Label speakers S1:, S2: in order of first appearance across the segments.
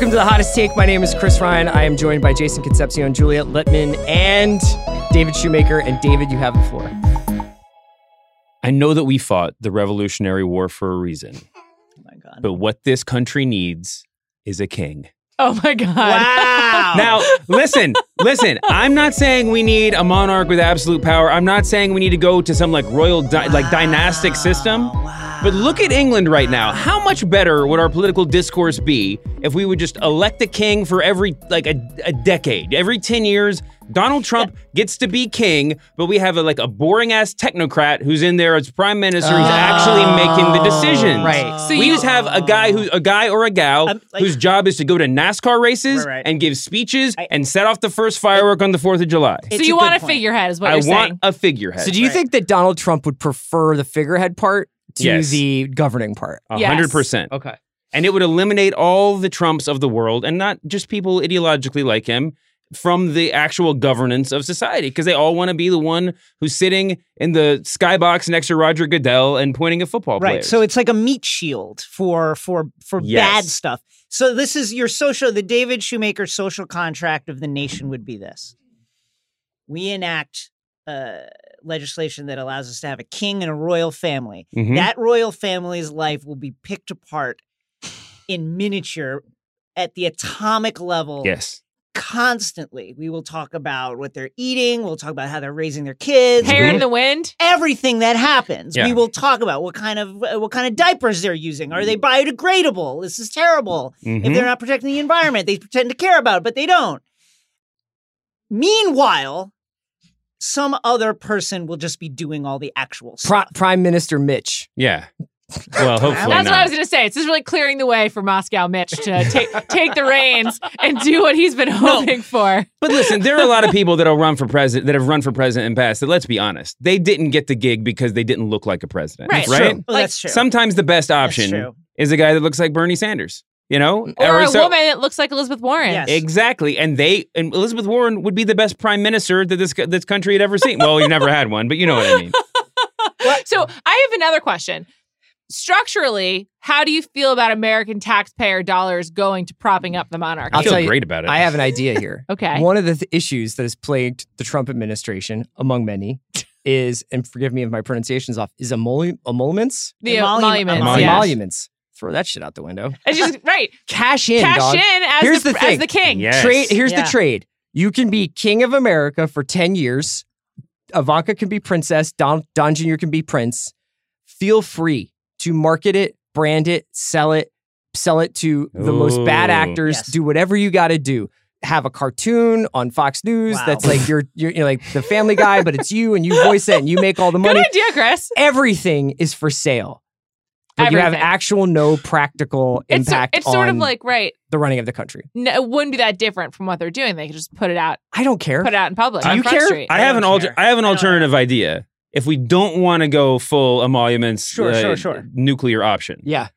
S1: to The Hottest Take. My name is Chris Ryan. I am joined by Jason Concepcion, Juliet Littman, and David Shoemaker. And David, you have the floor.
S2: I know that we fought the Revolutionary War for a reason,
S3: Oh my god.
S2: but what this country needs is a king.
S3: Oh my god.
S1: Wow.
S2: Now, listen, listen. I'm not saying we need a monarch with absolute power. I'm not saying we need to go to some like royal, di- like dynastic system.
S3: Wow.
S2: But look at England right now. How much better would our political discourse be if we would just elect a king for every like a, a decade, every 10 years? Donald Trump gets to be king, but we have a, like a boring ass technocrat who's in there as prime minister who's actually making the decisions.
S1: Oh. Right.
S3: So
S2: we
S3: you-
S2: just have a guy who a guy or a gal
S3: Um, like-
S2: whose job is to go to NASCAR races
S3: Right, right.
S2: and give speeches
S3: I-
S2: and set off the first firework on the 4th of July.
S3: So
S1: It's
S3: you
S1: a
S3: want
S1: good
S3: a
S1: point.
S3: figurehead is what
S2: I
S3: you're
S2: want
S3: saying.
S2: a figurehead.
S1: So, do you
S3: Right.
S1: think that Donald Trump would prefer the figurehead part to
S2: Yes.
S1: the governing part?
S2: A
S3: Yes.
S2: 100%.
S1: Okay.
S2: And it would eliminate all the Trumps of the world and not just people ideologically like him from the actual governance of society because they all want to be the one who's sitting in the skybox next to Roger Goodell and pointing at football
S3: right.
S2: players.
S3: So it's like a meat shield for for for bad
S2: Yes.
S3: stuff. So this is your social the David Shoemaker social contract of the nation would be this. We enact uh, legislation that allows us to have a king and a royal family.
S2: Mhm.
S3: That royal family's life will be picked apart in miniature at the atomic level
S2: yes.
S3: constantly. We will talk about what they're eating, we'll talk about how they're raising their kids.
S2: Hair
S4: Hair in the wind.
S3: everything that happens. We
S2: Yeah.
S3: will talk about what kind of uh, what kind of diapers they're using. Are they biodegradable? This is terrible. If
S2: Mhm.
S3: they're not protecting the environment, they pretend to care about it, but they don't. Meanwhile, some other person will just be doing all the actual
S1: Pro-
S3: stuff.
S1: Prime Minister Mitch.
S2: Yeah. Well, hopefully
S4: That's
S2: not.
S4: what I was going to say. It's just really clearing the way for Moscow Mitch to take take the reins and do what he's been hoping for.
S2: But listen, there are a lot of people that'll run for president that have run for president in the past that let's be honest, they didn't get the gig because they didn't look like a president.
S4: Right. That's
S3: Oh, that's true.
S2: Sometimes the best
S3: true.
S2: option is a guy that looks like Bernie Sanders. You know?
S4: Or a
S2: so-
S4: woman that looks like Elizabeth Warren.
S3: Yes.
S2: Exactly, and they and Elizabeth Warren would be the best prime minister that this this country had ever seen. Well, you've never had one, but you know what I mean.
S4: So I have another question. Structurally, how do you feel about American taxpayer dollars going to propping up the monarchy?
S2: I
S1: I'll
S2: feel
S1: tell you,
S2: great about it.
S1: I have an idea here.
S4: Okay.
S1: One of the th- issues that has plagued the Trump administration, among many, is, and forgive me if my pronunciation's off, is emolu- emoluments?
S4: the
S3: Emolu-
S4: emoluments.
S3: Emoluments.
S4: yeah.
S1: Emoluments. Throw that shit out the window.
S4: It's just right.
S1: Cash in,
S4: Cash
S1: dog.
S4: in as
S1: Here's
S4: the,
S1: the
S4: as
S1: thing.
S4: the king.
S2: Yes.
S1: Trade, here's
S3: Yeah.
S1: the trade. You can be king of America for 10 years. Ivanka can be princess. Don, Don Jr. can be prince. Feel free to market it, brand it, sell it, sell it to the most bad
S2: Ooh.
S1: actors.
S3: Yes.
S1: Do whatever you got to do. Have a cartoon on Fox News
S3: Wow.
S1: that's like you're, you're, you're like the family guy, but it's you and you voice it and you make all the
S4: Good
S1: money.
S4: idea, Chris.
S1: Everything is for sale. But you have
S4: Everything.
S1: actual no practical
S4: It's, so-
S1: impact
S4: it's sort of
S1: on
S4: like right.
S1: the running of the country.
S4: No, it wouldn't be that different from what they're doing. They could just put it out,
S1: I don't care.
S4: put it out in public.
S2: Do
S4: on
S2: you
S4: Front
S1: care?
S4: Street.
S2: I have
S3: don't
S2: an alter,
S3: care.
S2: I have an
S3: I don't
S2: alternative idea. If we don't want to go full emoluments, uh,
S3: Sure, sure, sure.
S2: nuclear option.
S1: yeah.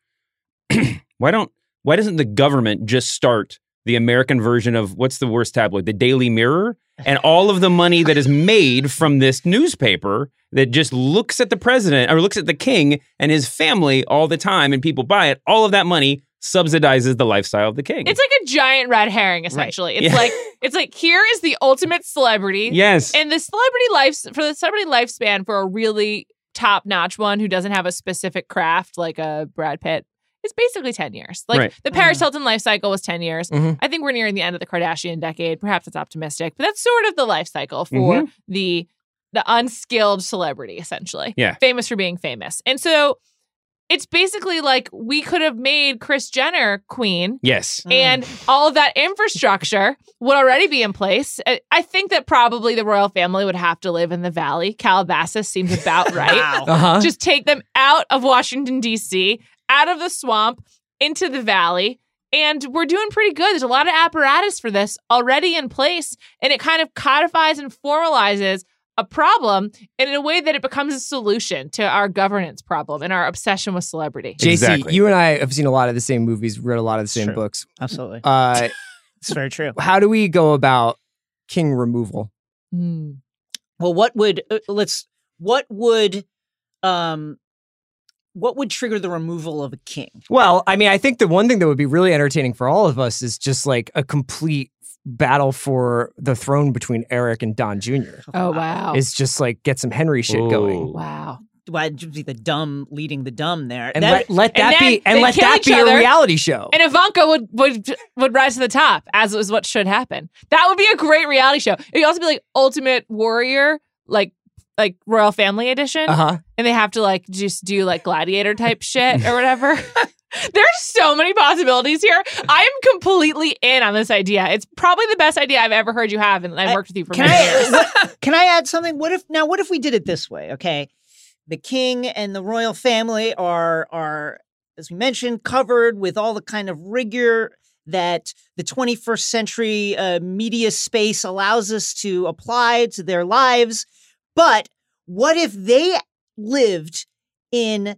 S2: Why don't why doesn't the government just start the American version of what's the worst tabloid, the Daily Mirror, and all of the money that is made from this newspaper that just looks at the president or looks at the king and his family all the time and people buy it, all of that money subsidizes the lifestyle of the king.
S4: It's like a giant red herring, essentially. It's
S2: Yeah.
S4: like it's like here is the ultimate celebrity,
S2: yes.
S4: and the celebrity life for the celebrity lifespan for a really top notch one who doesn't have a specific craft like a Brad Pitt. It's basically ten years. Like
S2: Right. Mm-hmm.
S4: the Paris Hilton life cycle was ten years.
S1: Mhm.
S4: I think we're nearing the end of the Kardashian decade. Perhaps it's optimistic, but that's sort of the life cycle for
S2: Mm-hmm.
S4: the the unskilled celebrity, essentially.
S2: Yeah.
S4: famous for being famous, and so. It's basically like we could have made Chris Jenner queen,
S2: yes.
S4: and all of that infrastructure would already be in place. I- I think that probably the royal family would have to live in the valley. Calabasas seems about right.
S3: Wow.
S1: Uh huh.
S4: Just take them out of Washington, D.C., out of the swamp, into the valley. And we're doing pretty good. There's a lot of apparatus for this already in place. And it kind of codifies and formalizes a problem in a way that it becomes a solution to our governance problem and our obsession with celebrity.
S1: JC,
S2: Exactly.
S1: you and I have seen a lot of the same movies, read a lot of the same
S3: True.
S1: books.
S3: Absolutely.
S1: Uh,
S3: It's very true.
S1: how do we go about king removal?
S4: Hmm.
S3: Well, what would uh, let's what would um what would trigger the removal of a king?
S1: Well, I mean, I think the one thing that would be really entertaining for all of us is just like a complete battle for the throne between Eric and Don Jr.
S4: Oh wow.
S1: It's just like get some Henry shit going.
S2: Ooh.
S4: wow.
S3: Why would be the dumb leading the dumb there?
S1: And
S3: That-
S1: let, let that
S4: then
S1: be and
S4: they
S1: let
S4: kill
S1: that
S4: each
S1: be
S4: other.
S1: a reality show.
S4: And Ivanka would would would rise to the top, as was what should happen. That would be a great reality show. It'd also be like Ultimate Warrior, like like Royal Family Edition,
S1: Uh-huh.
S4: and they have to like just do like gladiator type shit or whatever. There's so many possibilities here. I am completely in on this idea. It's probably the best idea I've ever heard you have, and I've
S3: I-
S4: worked with you for
S3: can
S4: many years.
S3: I what- can I add something? What if now? What if we did it this way? Okay, the king and the royal family are are as we mentioned covered with all the kind of rigor that the 21st century uh, media space allows us to apply to their lives. But what if they lived in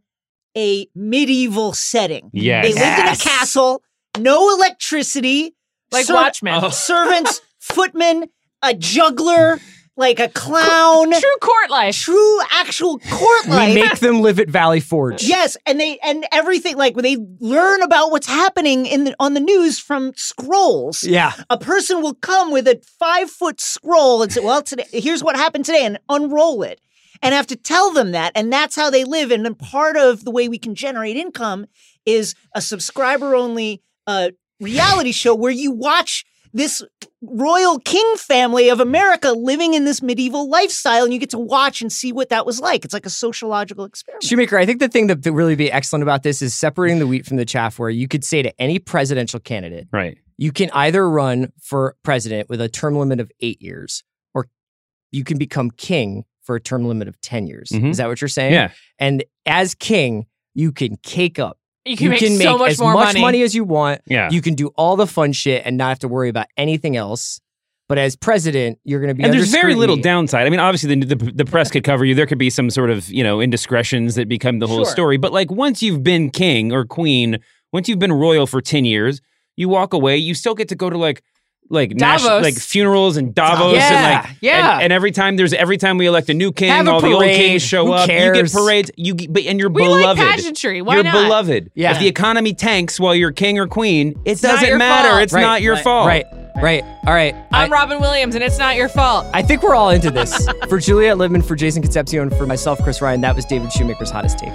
S3: a medieval setting?
S2: Yes.
S3: They lived in a
S1: Yes.
S3: castle, no electricity,
S4: Like
S3: ser-
S4: Watchmen.
S3: servants, footmen, a juggler, like a clown,
S4: True court life.
S3: true actual court
S1: We
S3: life.
S1: make them live at Valley Forge.
S3: yes, and they and everything like when they learn about what's happening in the on the news from scrolls.
S1: Yeah.
S3: A person will come with a five foot scroll and say, "Well, today here's what happened today," and unroll it. And have to tell them that, and that's how they live. And then part of the way we can generate income is a subscriber only uh, reality show where you watch this royal king family of America living in this medieval lifestyle, and you get to watch and see what that was like. It's like a sociological experiment.
S1: Shoemaker, I think the thing that that really be excellent about this is separating the wheat from the chaff, where you could say to any presidential candidate,
S2: Right.
S1: you can either run for president with a term limit of eight years, or you can become king for a term limit of 10 years.
S2: Mhm.
S1: Is that what you're saying?
S2: Yeah.
S1: And as king, you can cake up.
S4: You can make so much
S1: as
S4: more
S1: much
S4: money.
S1: as you want.
S2: Yeah.
S1: You can do all the fun shit and not have to worry about anything else. But as president, you're going to be
S2: and
S1: under
S2: there's very little
S1: scrutiny.
S2: downside. I mean, obviously, the, the the press could cover you. There could be some sort of you know indiscretions that become the whole
S3: Sure.
S2: story. But like once you've been king or queen, once you've been royal for ten years, you walk away. You still get to go to like like
S4: Davos.
S2: like funerals and Davos
S1: Yeah,
S2: and like
S1: yeah.
S2: And, and every time there's every time we elect a new king,
S1: Have a
S2: all the old
S1: parade.
S2: kings show
S1: Who
S2: up. You
S1: cares?
S2: get parades. You get, but and you're
S4: we like
S2: beloved.
S4: pageantry. Why
S2: you're
S4: not?
S2: beloved.
S1: Yeah.
S2: If the economy tanks while you're king or queen, it
S4: not
S2: doesn't
S4: your
S2: matter.
S4: fault.
S2: It's
S1: Right,
S2: not your
S3: right,
S2: fault.
S1: Right, right. All right.
S4: I'm Robin Williams, and it's not your fault.
S1: I think we're all into this. for Juliet Libman, for Jason Concepcion, for myself, Chris Ryan, that was David Shoemaker's hottest take.